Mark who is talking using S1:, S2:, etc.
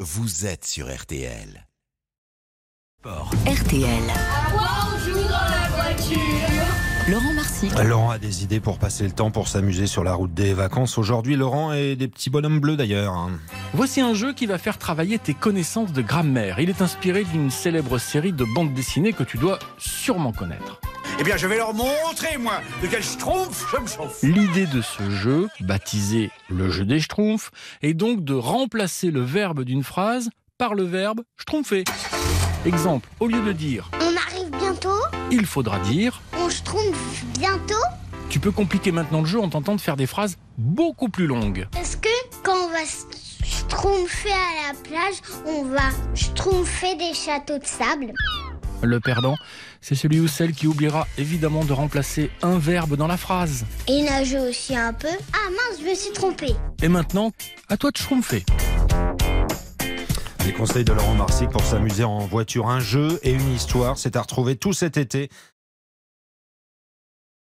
S1: vous êtes sur RTL.
S2: RTL. Laurent Marcy.
S3: Laurent a des idées pour passer le temps, pour s'amuser sur la route des vacances. Aujourd'hui, Laurent est des petits bonhommes bleus d'ailleurs. hein.
S4: Voici un jeu qui va faire travailler tes connaissances de grammaire. Il est inspiré d'une célèbre série de bandes dessinées que tu dois sûrement connaître.
S5: Eh bien, je vais leur montrer, moi, de quel schtroumpf je me chauffe.
S4: L'idée de ce jeu, baptisé le jeu des schtroumpfs, est donc de remplacer le verbe d'une phrase par le verbe schtroumpfer. Exemple, au lieu de dire
S6: On arrive bientôt,
S4: il faudra dire,
S6: on se trompe bientôt.
S4: tu peux compliquer maintenant le jeu en tentant de faire des phrases beaucoup plus longues.
S6: Est-ce que quand on va se tromper à la plage, on va se tromper des châteaux de sable
S4: Le perdant, c'est celui ou celle qui oubliera évidemment de remplacer un verbe dans la phrase.
S6: Et nager aussi un peu Ah mince, je me suis trompée.
S4: Et maintenant, à toi de schtroumpfer.
S3: Les conseils de Laurent Marsic pour s'amuser en voiture. Un jeu et une histoire, c'est à retrouver tout cet été